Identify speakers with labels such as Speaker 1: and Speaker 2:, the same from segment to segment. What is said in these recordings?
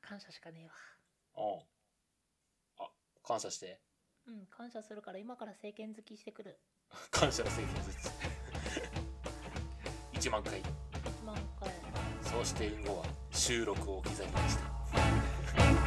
Speaker 1: 感謝しかねえわ
Speaker 2: うん。あ、感謝して。
Speaker 1: うん感謝するから今から政権好きしてくる
Speaker 2: 感謝の聖剣 術。1万回。
Speaker 1: 1万回
Speaker 2: そうしてインゴは収録を刻みました。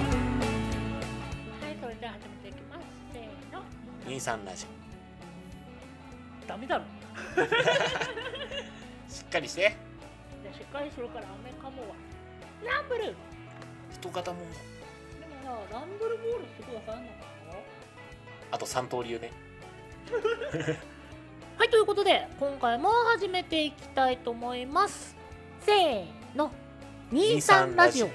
Speaker 1: はいそれでは始めていきますせーの
Speaker 2: 兄さんラジ
Speaker 1: ダメだろ
Speaker 2: オ。しっかりして。
Speaker 1: じゃあしっかりするからアメかもはランブルでも
Speaker 2: 人型も。
Speaker 1: さランブルボールってすぐ分かんなかったよ
Speaker 2: あと三刀流ね。
Speaker 1: はいということで今回も始めていきたいと思いますせーの23ラジオ
Speaker 2: 23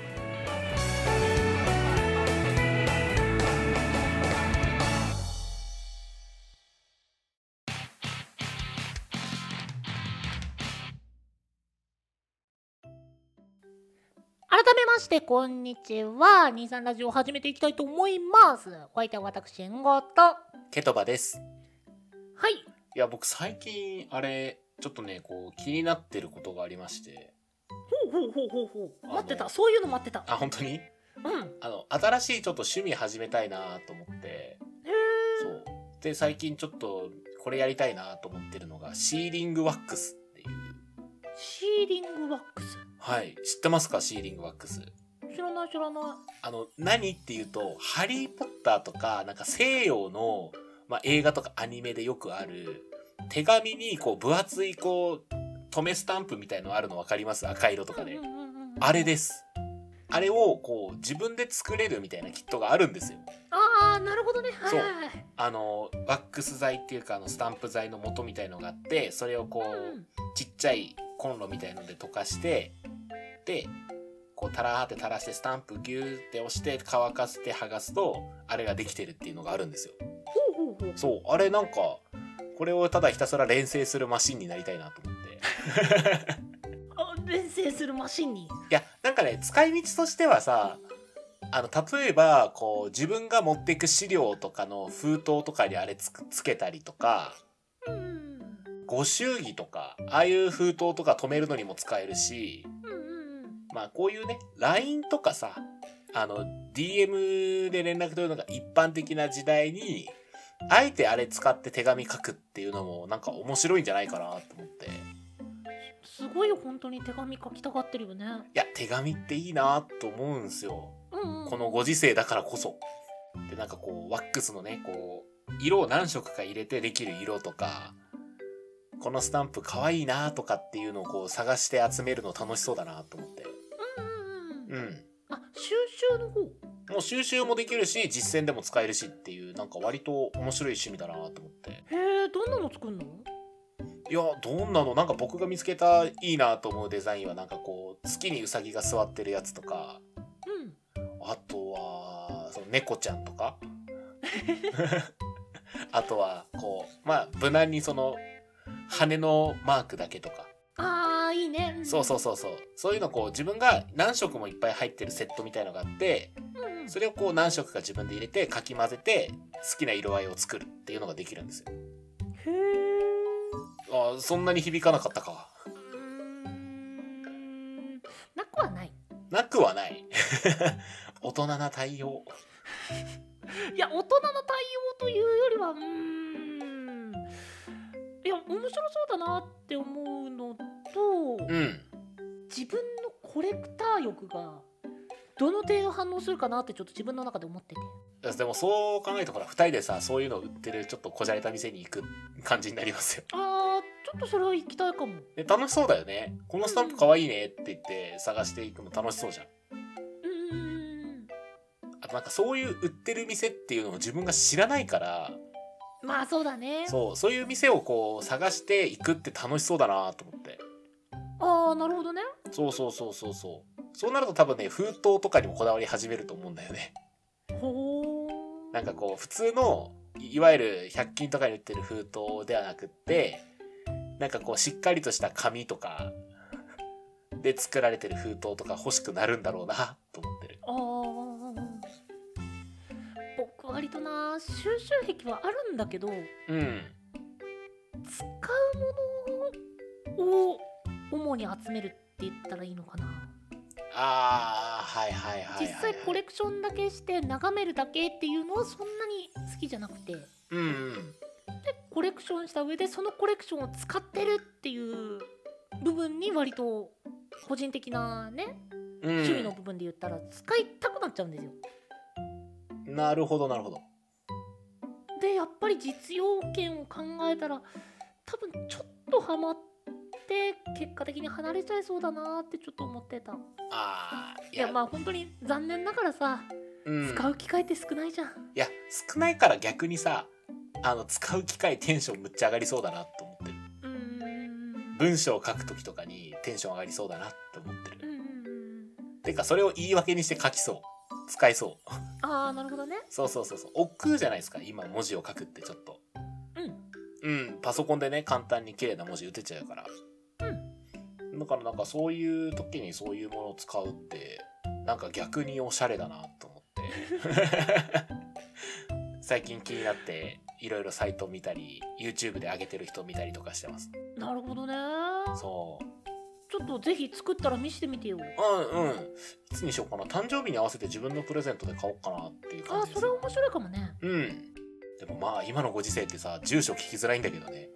Speaker 1: 改めましてこんにちは23ラジオを始めていきたいと思いますお相手は私エンゴとは
Speaker 2: ケトバです。
Speaker 1: い
Speaker 2: いや、僕最近、あれ、ちょっとね、こう、気になってることがありまして。
Speaker 1: ほうほうほうほうほう
Speaker 2: あの
Speaker 1: 待ってたそういうの待ってた
Speaker 2: あ、本当
Speaker 1: う
Speaker 2: に
Speaker 1: んへ
Speaker 2: あの、新しいちょっと趣味始めたいなと思って。
Speaker 1: え
Speaker 2: そう。で、最近ちょっと、これやりたいなと思ってるのが、シーリングワックスっていう。
Speaker 1: シーリングワックス
Speaker 2: はい。知ってますかシーリングワックス。
Speaker 1: 知らない知らない
Speaker 2: あの、何っていうと、ハリーポッターとか、なんか西洋の、まあ、映画とかアニメでよくある、手紙にこう分厚いこう、留めスタンプみたいのあるの分かります赤色とかで
Speaker 1: うん。うんうんうん
Speaker 2: あれです。あれをこう、自分で作れるみたいなキットがあるんですよ。
Speaker 1: ああなるほどねはい
Speaker 2: そう
Speaker 1: はいはい
Speaker 2: あの、ワックス材っていうか、あの、スタンプ材の元みたいのがあって、それをこう、ちっちゃいコンロみたいので溶かしてでこうタラーって垂らしてスタンプギューって押して乾かして剥がすとあれができてるっていうのがあるんですよ
Speaker 1: うんほうほうほう
Speaker 2: そうあれなんかこれをただひたすら連成するマシンになりたいなと思ってい
Speaker 1: あ連成するマシンに
Speaker 2: やなんかね使い道としてはさあの例えばこう自分が持っていく資料とかの封筒とかにあれつくつけたりとか
Speaker 1: うん
Speaker 2: ご祝儀とかああいう封筒とか止めるのにも使えるし
Speaker 1: うんうんうん
Speaker 2: まあこういうね LINE とかさあの DM で連絡取るのが一般的な時代にあえてあれ使って手紙書くっていうのもなんか面白いんじゃないかなと思ってい
Speaker 1: すごいよ本当に手紙書きたがってるよね
Speaker 2: や手紙っていいなと思うんですよ
Speaker 1: うんうん
Speaker 2: このご時世だからこそでなんかこうワックスのねこう色を何色か入れてできる色とかこのスタンプかわいいなとかっていうのをこう探して集めるの楽しそうだなと思って
Speaker 1: うんうんうん
Speaker 2: うん
Speaker 1: あ収集の方
Speaker 2: もう収集もできるし実践でも使えるしっていうなんか割と面白い趣味だなと思って
Speaker 1: へえどんなの作るの
Speaker 2: いやどんなのなんか僕が見つけたいいなと思うデザインはなんかこう月にウサギが座ってるやつとか
Speaker 1: うん
Speaker 2: あとはその猫ちゃんとかあとはこうまあ無難にその羽のマークだけとか
Speaker 1: ああいいね
Speaker 2: そうそううそうそうそういうのこう自分が何色もいっぱい入ってるセットみたいのがあって
Speaker 1: うんうん
Speaker 2: それをこう何色か自分で入れてかき混ぜて好きな色合いを作るっていうのができるんですよ。
Speaker 1: へえ
Speaker 2: あーそんなに響かなかったか。
Speaker 1: うーんなくはない
Speaker 2: なくは ない。大人な対応。
Speaker 1: いや大人の対応というよりはうーんいや面白そうだなって思うのと
Speaker 2: うん。
Speaker 1: 自分のコレクター欲がどの程度反応するかなってちょっと自分の中で思ってて
Speaker 2: でもそう考えるとほら2人でさそういうの売ってるちょっとこじゃれた店に行く感じになりますよ。
Speaker 1: あーちょっとそれは行きたいかも
Speaker 2: で楽しそうだよね。このスタンプかわいいねって言って探していくの楽しそうじゃん。
Speaker 1: うーん
Speaker 2: あとなんかそういう売ってる店っていうのを自分が知らないから
Speaker 1: まあそうだね
Speaker 2: そうそういう店をこう探していくって楽しそうだなと思って。
Speaker 1: ああなるほどね
Speaker 2: そうそうそうそうそう。そうなると多分ね、封筒とかにもこだわり始めると思うんだよね。
Speaker 1: ほー
Speaker 2: なんかこう、普通の、いいわゆる100均とかに売ってる封筒ではなくって、なんかこう、しっかりとした紙とか、で作られてる封筒とか欲しくなるんだろうな、と思ってる。
Speaker 1: あー僕割とな収集癖はあるんだけど
Speaker 2: うん。
Speaker 1: 使うものをを主に集めるって言ったらいいのかな、
Speaker 2: ああはいはいはいはい、はい、
Speaker 1: 実際コレクションだけして眺めるだけっていうのはそんなに好きじゃなくてで
Speaker 2: うんうん
Speaker 1: コレクションした上でそのコレクションを使ってるっていう部分に割と個人的なね
Speaker 2: うん
Speaker 1: 趣味の部分で言ったら使いたくなっちゃうんですよ。
Speaker 2: なるほどなるほど
Speaker 1: でやっぱり実用権を考えたら多分ちょっとハマって結果的に離れちゃいそうだなーってちょっと思ってたい
Speaker 2: ああ
Speaker 1: やまあ本当に残念ながらさ、
Speaker 2: うん、
Speaker 1: 使う機会って少ないじゃん
Speaker 2: いや少ないから逆にさあの使う機会テンションむっちゃ上がりそうだなと思ってる
Speaker 1: うーん
Speaker 2: 文章を書く時とかにテンション上がりそうだなって思って
Speaker 1: う
Speaker 2: る
Speaker 1: んうんうん
Speaker 2: てかそれを言い訳にして書きそう使いそう
Speaker 1: ああなるほどね
Speaker 2: そうそうそうそう億劫じゃないですか今文字を書くってちょっと
Speaker 1: うん
Speaker 2: うんパソコンでね簡単に綺麗な文字打てちゃうからだからなんかそういう時にそういうものを使うってなんか逆におしゃれだなと思 って最近気になっていろいろサイト見たり YouTube で上げてる人見たりとかしてます
Speaker 1: なるほどね
Speaker 2: そう
Speaker 1: ちょっとぜひ作ったら見せてみてよ
Speaker 2: うんうんいつにしようかな誕生日に合わせて自分のプレゼントで買おうかなっていう
Speaker 1: あ
Speaker 2: 感
Speaker 1: あ
Speaker 2: じで
Speaker 1: そ
Speaker 2: す
Speaker 1: れ面白いかもね
Speaker 2: うんでもまあ今のご時世ってさ住所聞きづらいんだけどね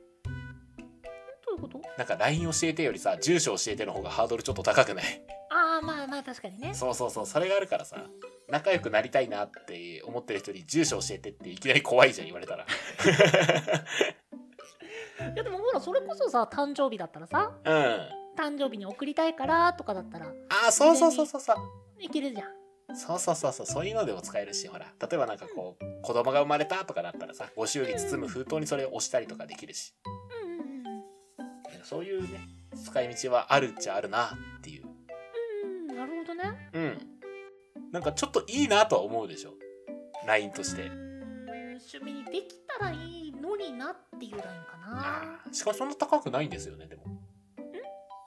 Speaker 1: どういうこと
Speaker 2: なんか LINE 教えてよりさ住所教えての方がハードルちょっと高くない
Speaker 1: ああまあまあ確かにね
Speaker 2: そうそうそうそれがあるからさ仲良くなりたいなって思ってる人に住所教えてっていきなり怖いじゃん言われたら
Speaker 1: いやでもほらそれこそさ誕生日だったらさ
Speaker 2: うんあ
Speaker 1: 誕生日に送りたいからとかだったら
Speaker 2: ーそうそうそうそうそう
Speaker 1: いけるじゃん
Speaker 2: そうそうそうそうそういうのでも使えるしほら例えばなんかこう子供が生まれたとかだったらさご祝儀包む封筒にそれを押したりとかできるし
Speaker 1: うんうんうん
Speaker 2: なんかそういうね使い道はあるっちゃあるなっていう
Speaker 1: うんうんなるほどね
Speaker 2: うんなんかちょっといいなとは思うでしょ LINE として
Speaker 1: うーん趣味にできたらいいのになっていうラインかな
Speaker 2: あーしかもそんな高くないんですよねでも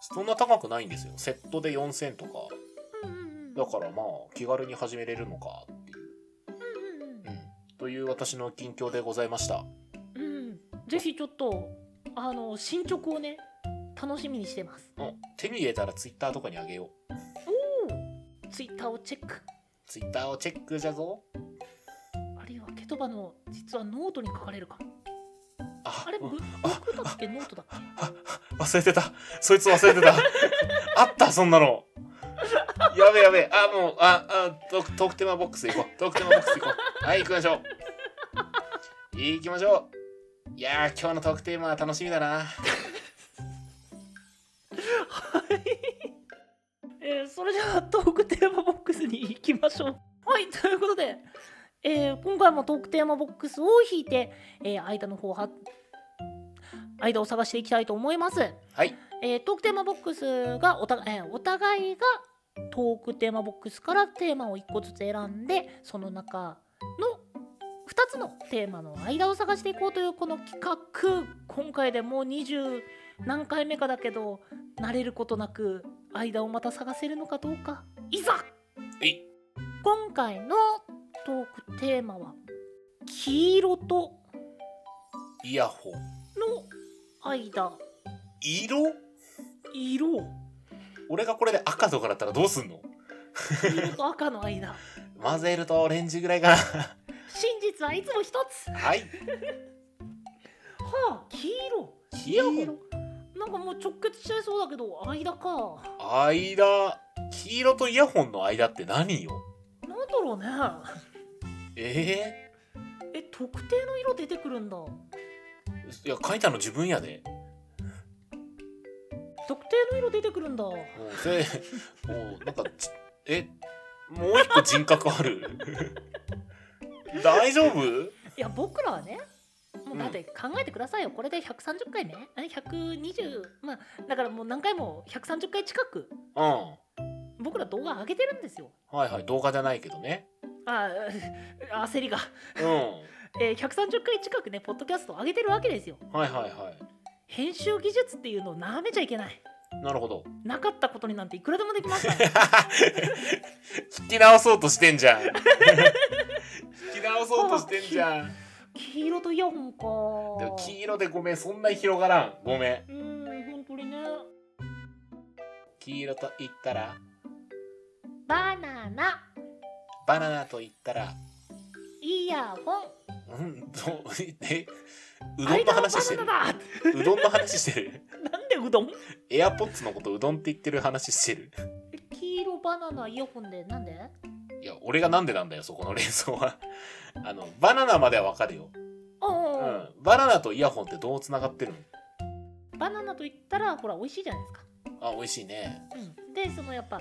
Speaker 2: そんな高くないんですよセットで4000とか
Speaker 1: うんうんうん
Speaker 2: だからまあ気軽に始めれるのかっていう、
Speaker 1: うんうん
Speaker 2: うん、という私の近況でございました
Speaker 1: うんうんぜひちょっとあの進捗をね楽しみにしてます
Speaker 2: うん手に入れたらツイッターとかにあげよう
Speaker 1: おおツイッターをチェック
Speaker 2: ツイッターをチェックじゃぞ
Speaker 1: あるいはケトバの実はノートに書かれるかも
Speaker 2: あ
Speaker 1: あれぶ
Speaker 2: うん
Speaker 1: 僕だっけノートだっけ
Speaker 2: あ忘れてたそいつ忘れてたあったそんなのやべやべあもうああトークトークテーマボックス行こうトークテーマボックス行こうはい行きましょう行きましょういやー今日のトークテーマは楽しみだな
Speaker 1: えーそれじゃあトークテーマボックスに行きましょう。 はいということで、えー今回もトークテーマボックスを引いて、えー間の方は間を探していきたいと思います。
Speaker 2: はい
Speaker 1: えートークテーマボックスがお互い、えーお互いがトークテーマボックスからテーマを1個ずつ選んでその中の2つのテーマの間を探していこうというこの企画今回でもう20何回目かだけど慣れることなく間をまた探せるのかどうかいざ
Speaker 2: えい
Speaker 1: 今回のトークテーマは黄色と
Speaker 2: イヤホン
Speaker 1: の間
Speaker 2: 色
Speaker 1: 色
Speaker 2: 俺がこれで赤とかだったらどうすんの
Speaker 1: 黄色と赤の 間
Speaker 2: 混ぜるとオレンジぐらいか
Speaker 1: 真実はいつも一つ
Speaker 2: なはい
Speaker 1: はあ黄色
Speaker 2: イヤホン
Speaker 1: なんかもう直結しちゃいそうだけど間か
Speaker 2: 間黄色とイヤホンの間って何よ
Speaker 1: なんだろうね
Speaker 2: え
Speaker 1: え特定の色出てくるんだ
Speaker 2: えいや書いたの自分やで
Speaker 1: 特定の色出てくるんだ
Speaker 2: もうそれもうなんかちえもう一個人格ある 大丈夫
Speaker 1: いや僕らはねもうだって考えてくださいよ、これで130回目え120まあだからもう何回も130回近く
Speaker 2: うん
Speaker 1: 僕ら動画上げてるんですよ
Speaker 2: はいはい動画じゃないけどね
Speaker 1: あ あ焦りが、
Speaker 2: うん
Speaker 1: えー、130回近くねポッドキャストを上げてるわけですよ
Speaker 2: はいはいは
Speaker 1: 編集技術っていうのをなめちゃいけない
Speaker 2: いなるほど
Speaker 1: なかったことになんていくらでもできますから
Speaker 2: 聞き直そうとしてんじゃん聞き直そうとしてんじゃん
Speaker 1: 黄色とイヤホンか
Speaker 2: でも黄色でごめんそんなに広がらんごめん
Speaker 1: うーん本当にね
Speaker 2: 黄色と言ったら
Speaker 1: バナナ
Speaker 2: バナナと言ったら
Speaker 1: イヤホン
Speaker 2: うんどうえうどんの
Speaker 1: 間は
Speaker 2: 話
Speaker 1: バ
Speaker 2: して
Speaker 1: ナ
Speaker 2: る
Speaker 1: ナだ
Speaker 2: うどんの話してる
Speaker 1: なんでうどん
Speaker 2: エアポッツのことうどんって言ってる話してる
Speaker 1: 黄色バナナイヤホンでなんで
Speaker 2: いや俺がなんでなんだよそこの連想はあのバナナまではわかるよ、
Speaker 1: おう
Speaker 2: う、
Speaker 1: おうおうん
Speaker 2: バナナとイヤホンってどうつながってるの
Speaker 1: バナナと言ったらほら美味しいじゃないですか
Speaker 2: あ美味しいね
Speaker 1: うん、でそのやっぱ、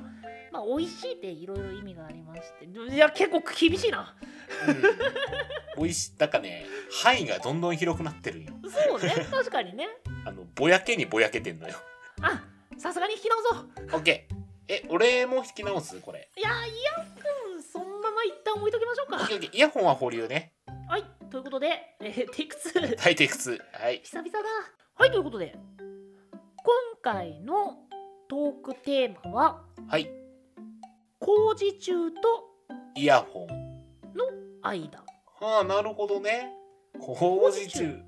Speaker 1: まあ、美味しいっていろいろ意味がありましていや結構厳しいな
Speaker 2: うん美味しいだからね範囲がどんどん広くなってるんよ
Speaker 1: そう ね確かにね
Speaker 2: あのぼやけにぼやけてんのよ
Speaker 1: あさすがに引き直そう
Speaker 2: OK え俺も引き直すこれ
Speaker 1: いやイヤホンそのまま一旦置いときましょうか
Speaker 2: OK イヤホンは保留ね
Speaker 1: はいということで、えー、テイク2
Speaker 2: はいテイク2はい
Speaker 1: 久々だはいということで今回のトークテーマは
Speaker 2: はい
Speaker 1: 工事中と
Speaker 2: イヤホン
Speaker 1: 間
Speaker 2: ああなるほどね工事中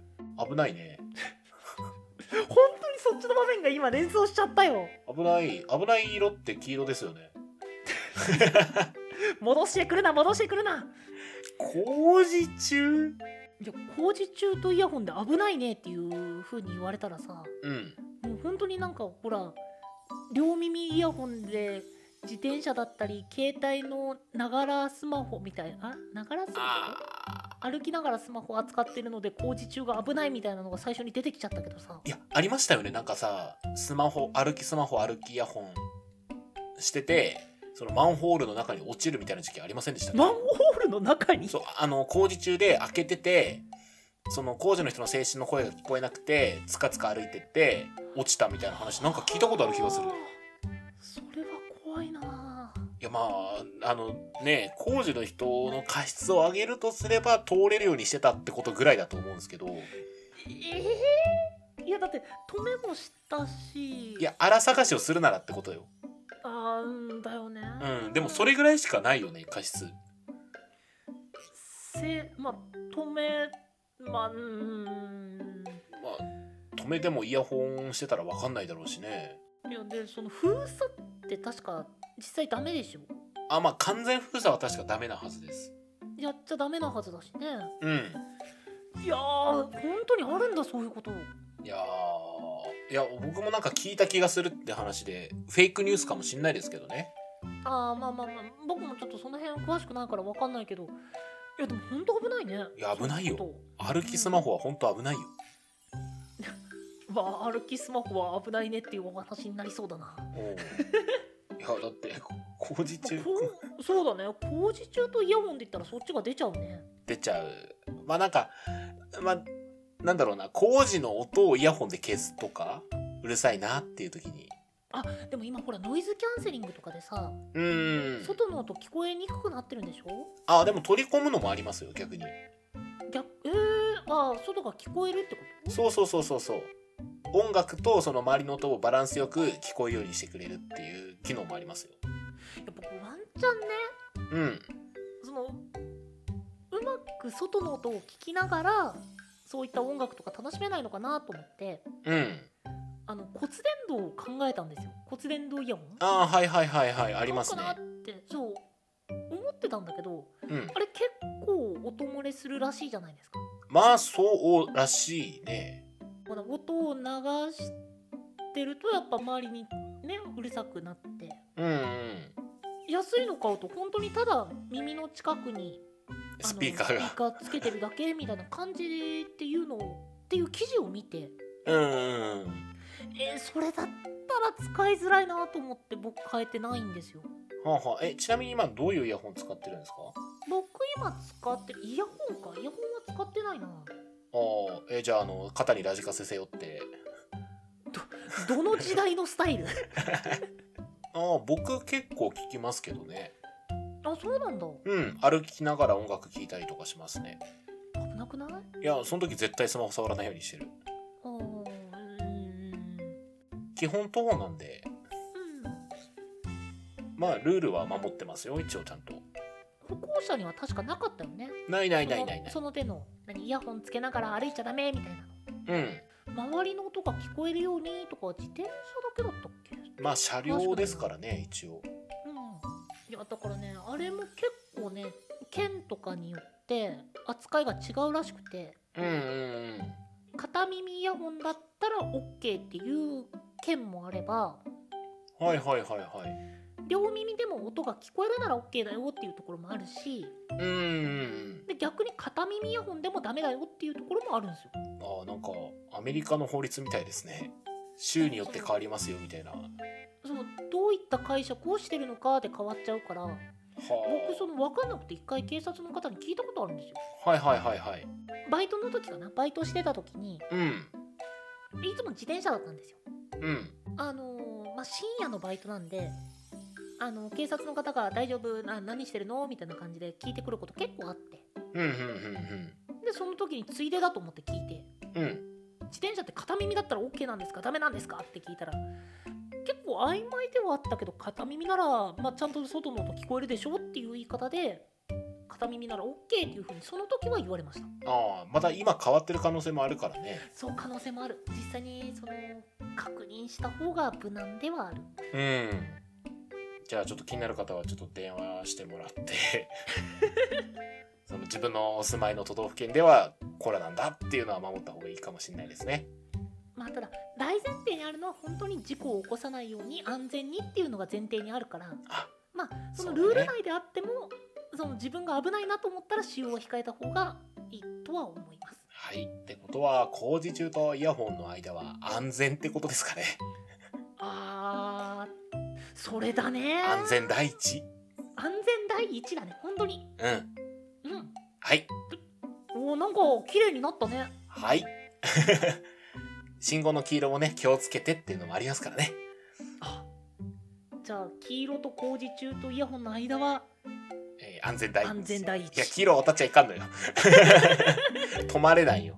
Speaker 2: 危ないね
Speaker 1: 本当にそっちの場面が今連想しちゃったよ
Speaker 2: 危ない危ない色って黄色ですよね
Speaker 1: 戻してくるな戻してくるな
Speaker 2: 工事中
Speaker 1: いや工事中とイヤホンで危ないねっていう風に言われたらさ
Speaker 2: うん
Speaker 1: もう本当になんかほら両耳イヤホンで自転車だったり携帯のながらスマホみたいなあながらスマ
Speaker 2: あ
Speaker 1: ホ歩きながらスマホ扱ってるので工事中が危ないみたいなのが最初に出てきちゃったけどさ
Speaker 2: いやありましたよねなんかさスマホ歩きスマホ歩きイヤホンしててそのマンホールの中に落ちるみたいな時期ありませんでした
Speaker 1: マンホールの中に
Speaker 2: そうあの工事中で開けててその工事の人の精神の声が聞こえなくてつかつか歩いてって落ちたみたいな話なんか聞いたことある気がするい
Speaker 1: あーそれは怖いなあ
Speaker 2: やまああのね工事の人の過失を上げるとすれば通れるようにしてたってことぐらいだと思うんですけど
Speaker 1: ええいやだって止めもしたし
Speaker 2: いや荒探しをするならってことよ
Speaker 1: あーうんだよね
Speaker 2: うんでもそれぐらいしかないよね過失
Speaker 1: せまあ止めまあうーん
Speaker 2: まあ止めてもイヤホンしてたら分かんないだろうしね
Speaker 1: いやでその封鎖って確か実際ダメでしょ
Speaker 2: あまあ完全封鎖は確かダメなはずです
Speaker 1: やっちゃダメなはずだしね
Speaker 2: うん
Speaker 1: いやー本当にあるんだそういうこと
Speaker 2: いやーいや僕もなんか聞いた気がするって話でフェイクニュースかもしんないですけどね
Speaker 1: ああまあまあまあ僕もちょっとその辺詳しくないから分かんないけどいやでも本当危ないね
Speaker 2: いや危ないよ
Speaker 1: そううこ
Speaker 2: 歩きスマホは本当危ないよ
Speaker 1: とまあ歩きスマホは危ないねっていうお話になりそうだな
Speaker 2: おういやだってこ工事中
Speaker 1: こうそうだね工事中とイヤホンで言ったらそっちが出ちゃうね
Speaker 2: 出ちゃうまあなんかまあなんだろうな工事の音をイヤホンで消すとかうるさいなっていう時に
Speaker 1: でも今ほらノイズキャンセリングとかでさ
Speaker 2: うーん
Speaker 1: 外の音聞こえにくくなってるんでしょ
Speaker 2: あでも取り込むのもありますよ逆に
Speaker 1: 逆えー、あー外が聞こえるってこと
Speaker 2: そうそうそうそうそう音楽とその周りの音をバランスよく聞こえるようにしてくれるっていう機能もありますよ
Speaker 1: やっぱワンチャンね
Speaker 2: うん
Speaker 1: そのうまく外の音を聞きながらそういった音楽とか楽しめないのかなと思って
Speaker 2: うん
Speaker 1: あの骨伝導を考えたんですよ骨伝導イヤホン
Speaker 2: ああはいはいはいはいありますね
Speaker 1: どうかなってそう思ってたんだけど
Speaker 2: うん
Speaker 1: あれ結構音漏れするらしいじゃないですか
Speaker 2: まあそうらしいね
Speaker 1: まだ音を流してるとやっぱ周りにねうるさくなって
Speaker 2: うんうん
Speaker 1: 安いの買うと本当にただ耳の近くにあの
Speaker 2: スピーカー
Speaker 1: スピ
Speaker 2: が
Speaker 1: カーつけてるだけみたいな感じっていうのをっていう記事を見て
Speaker 2: うんうんうん
Speaker 1: えーそれだったら使いづらいなと思って僕変えてないんですよ
Speaker 2: はあはあえちなみに今どういうイヤホン使ってるんですか
Speaker 1: 僕今使ってるイヤホンかイヤホンは使ってないな
Speaker 2: ああえじゃああの肩にラジカセ背負って
Speaker 1: どの時代のスタイ ル
Speaker 2: ああ僕結構聞きますけどね
Speaker 1: あそうなんだ
Speaker 2: うん歩きながら音楽聴いたりとかしますね
Speaker 1: 危なくない
Speaker 2: いやその時絶対スマホ触らないようにしてる
Speaker 1: あーうーん
Speaker 2: 基本徒歩なんで
Speaker 1: うん
Speaker 2: まあルールは守ってますよ一応ちゃんと
Speaker 1: 歩行者には確かなかったよね
Speaker 2: ないないないないない
Speaker 1: そのその手の何イヤホンつけながら歩いちゃダメみたいな
Speaker 2: うん
Speaker 1: 周りの音が聞こえるようにとか自転車だけだったっけ
Speaker 2: まあ車両ですからね一応
Speaker 1: うん、いやだからねあれも結構ね県とかによって扱いが違うらしくて
Speaker 2: うんうんうん
Speaker 1: 片耳イヤホンだったら OK っていう県もあれば
Speaker 2: はいはいはいはい
Speaker 1: 両耳でも音が聞こえるなら OK だよっていうところもあるし
Speaker 2: うんうん
Speaker 1: で逆に片耳イヤホンでもダメだよっていうところもあるんですよ。
Speaker 2: うんあーなんかアメリカの法律みたいですね州によって変わりますよみたいなは
Speaker 1: そのどういった解釈をしてるのかで変わっちゃうから僕その分かんなくて一回警察の方に聞いたことあるんですよ。
Speaker 2: あはいはいはいはい
Speaker 1: バイトの時かなバイトしてた時にい
Speaker 2: うん
Speaker 1: つも自転車だったんですよ。
Speaker 2: うん
Speaker 1: あのーまあ、深夜のバイトなんで、あの警察の方が「大丈夫な何してるの?」みたいな感じで聞いてくること結構あって
Speaker 2: うんうん
Speaker 1: でその時についでだと思って聞いて
Speaker 2: うんうんうん
Speaker 1: 「自転車って片耳だったら OK なんですかダメなんですか?」って聞いたら結構曖昧ではあったけど片耳なら、まあ、ちゃんと外の音聞こえるでしょっていう言い方で片耳なら OK っていうふうにその時は言われました
Speaker 2: ああまた今変わってる可能性もあるからね
Speaker 1: そう可能性もある実際にその確認した方が無難ではある
Speaker 2: うんじゃあちょっと気になる方はちょっと電話してもらって その自分のお住まいの都道府県ではコラなんだっていうのは守った方がいいかもしれないですね
Speaker 1: まあただ大前提にあるのは本当に事故を起こさないように安全にっていうのが前提にあるから
Speaker 2: あ
Speaker 1: まあその
Speaker 2: そう
Speaker 1: ルー
Speaker 2: だ
Speaker 1: ル
Speaker 2: ね
Speaker 1: 内であってもその自分が危ないなと思ったら使用は控えた方がいいとは思います
Speaker 2: はいってことは工事中とイヤホンの間は安全ってことですかね
Speaker 1: あーそれだね
Speaker 2: 安全第一
Speaker 1: 安全第一だね本当に
Speaker 2: うん
Speaker 1: うん
Speaker 2: はい
Speaker 1: おーなんか綺麗になったね
Speaker 2: はい 信号の黄色もね気をつけてっていうのもありますからね
Speaker 1: あじゃあ黄色と工事中とイヤホンの間は
Speaker 2: えー安全第一
Speaker 1: 安全第一
Speaker 2: いや黄色渡っちゃいかんのよ 止まれないよ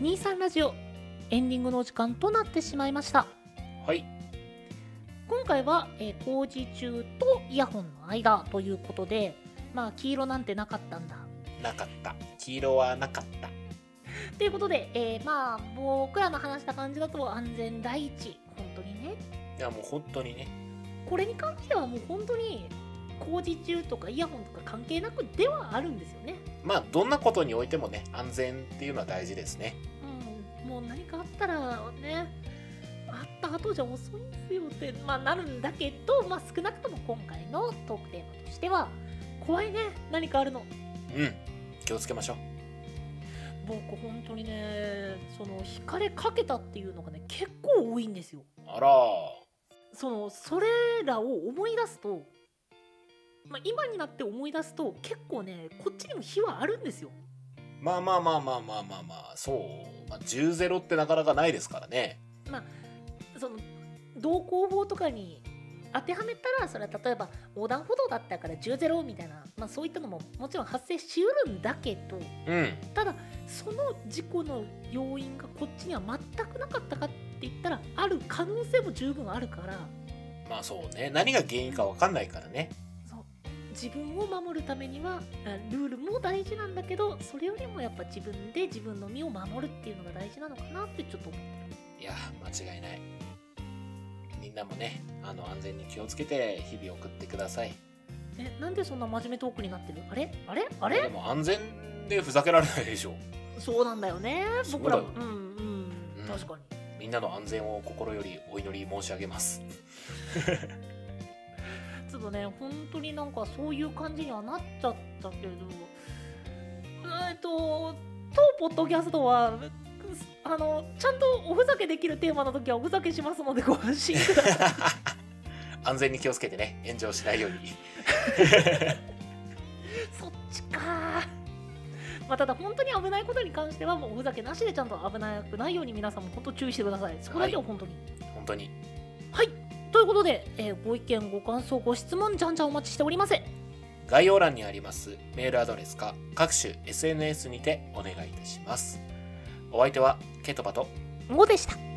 Speaker 1: 23ラジオエンディングのお時間となってしまいました
Speaker 2: はい
Speaker 1: 今回は、えー工事中とイヤホンの間ということでまあ黄色なんてなかったんだ
Speaker 2: なかった黄色はなかった
Speaker 1: ということで、えーまあ僕らの話した感じだと安全第一本当にね
Speaker 2: いやもう本当にね
Speaker 1: これに関してはもう本当に工事中とかイヤホンとか関係なくではあるんですよね、
Speaker 2: まあどんなことにおいてもね安全っていうのは大事ですね
Speaker 1: うん、もう何かあったらねあった後じゃ遅いんですよって、まあ、なるんだけど、まあ、少なくとも今回のトークテーマとしては怖いね何かあるの
Speaker 2: うん気をつけましょう
Speaker 1: 僕本当にねその惹かれかけたっていうのがね結構多いんですよ
Speaker 2: あら
Speaker 1: そのそれらを思い出すと、まあ、今になって思い出すと結構ねこっちにも火はあるんですよ
Speaker 2: まあまあまあまあまあまあまあそう、まあ、10ゼロってなかなかないですからね
Speaker 1: その道交法とかに当てはめたらそれは例えば横断歩道だったから10ゼロみたいな、まあ、そういったのももちろん発生しうるんだけど
Speaker 2: うん
Speaker 1: ただその事故の要因がこっちには全くなかったかって言ったらある可能性も十分あるから。
Speaker 2: まあそうね何が原因かわかんないからね
Speaker 1: そう自分を守るためにはあルールも大事なんだけどそれよりもやっぱ自分で自分の身を守るっていうのが大事なのかなってちょっと思ってる
Speaker 2: いや間違いないみんなもねあの安全に気をつけて日々送ってください
Speaker 1: えなんでそんな真面目トークになってるあれあれあ
Speaker 2: で
Speaker 1: れ
Speaker 2: も安全でふざけられないでしょ
Speaker 1: そうなんだよね
Speaker 2: そう
Speaker 1: 僕
Speaker 2: だ
Speaker 1: ら
Speaker 2: よ
Speaker 1: もうんうん
Speaker 2: うん
Speaker 1: 確かに
Speaker 2: みんなの安全を心よりお祈り申し上げます
Speaker 1: ちょっとね本当になんかそういう感じにはなっちゃったけどえっと当ポッドキャストはあのちゃんとおふざけできるテーマの時はおふざけしますのでご安心く ださい
Speaker 2: 安全に気をつけてね炎上しないように
Speaker 1: そっちかまあ、ただ本当に危ないことに関してはもうおふざけなしでちゃんと危なくないように皆さんも本当注意してくださいそこだけを本当に
Speaker 2: 本当に
Speaker 1: はい、とということで、えーご意見ご感想ご質問じゃんじゃんお待ちしております
Speaker 2: 概要欄にありますメールアドレスか各種 SNS にてお願いいたします。お相手はケトバと
Speaker 1: もでした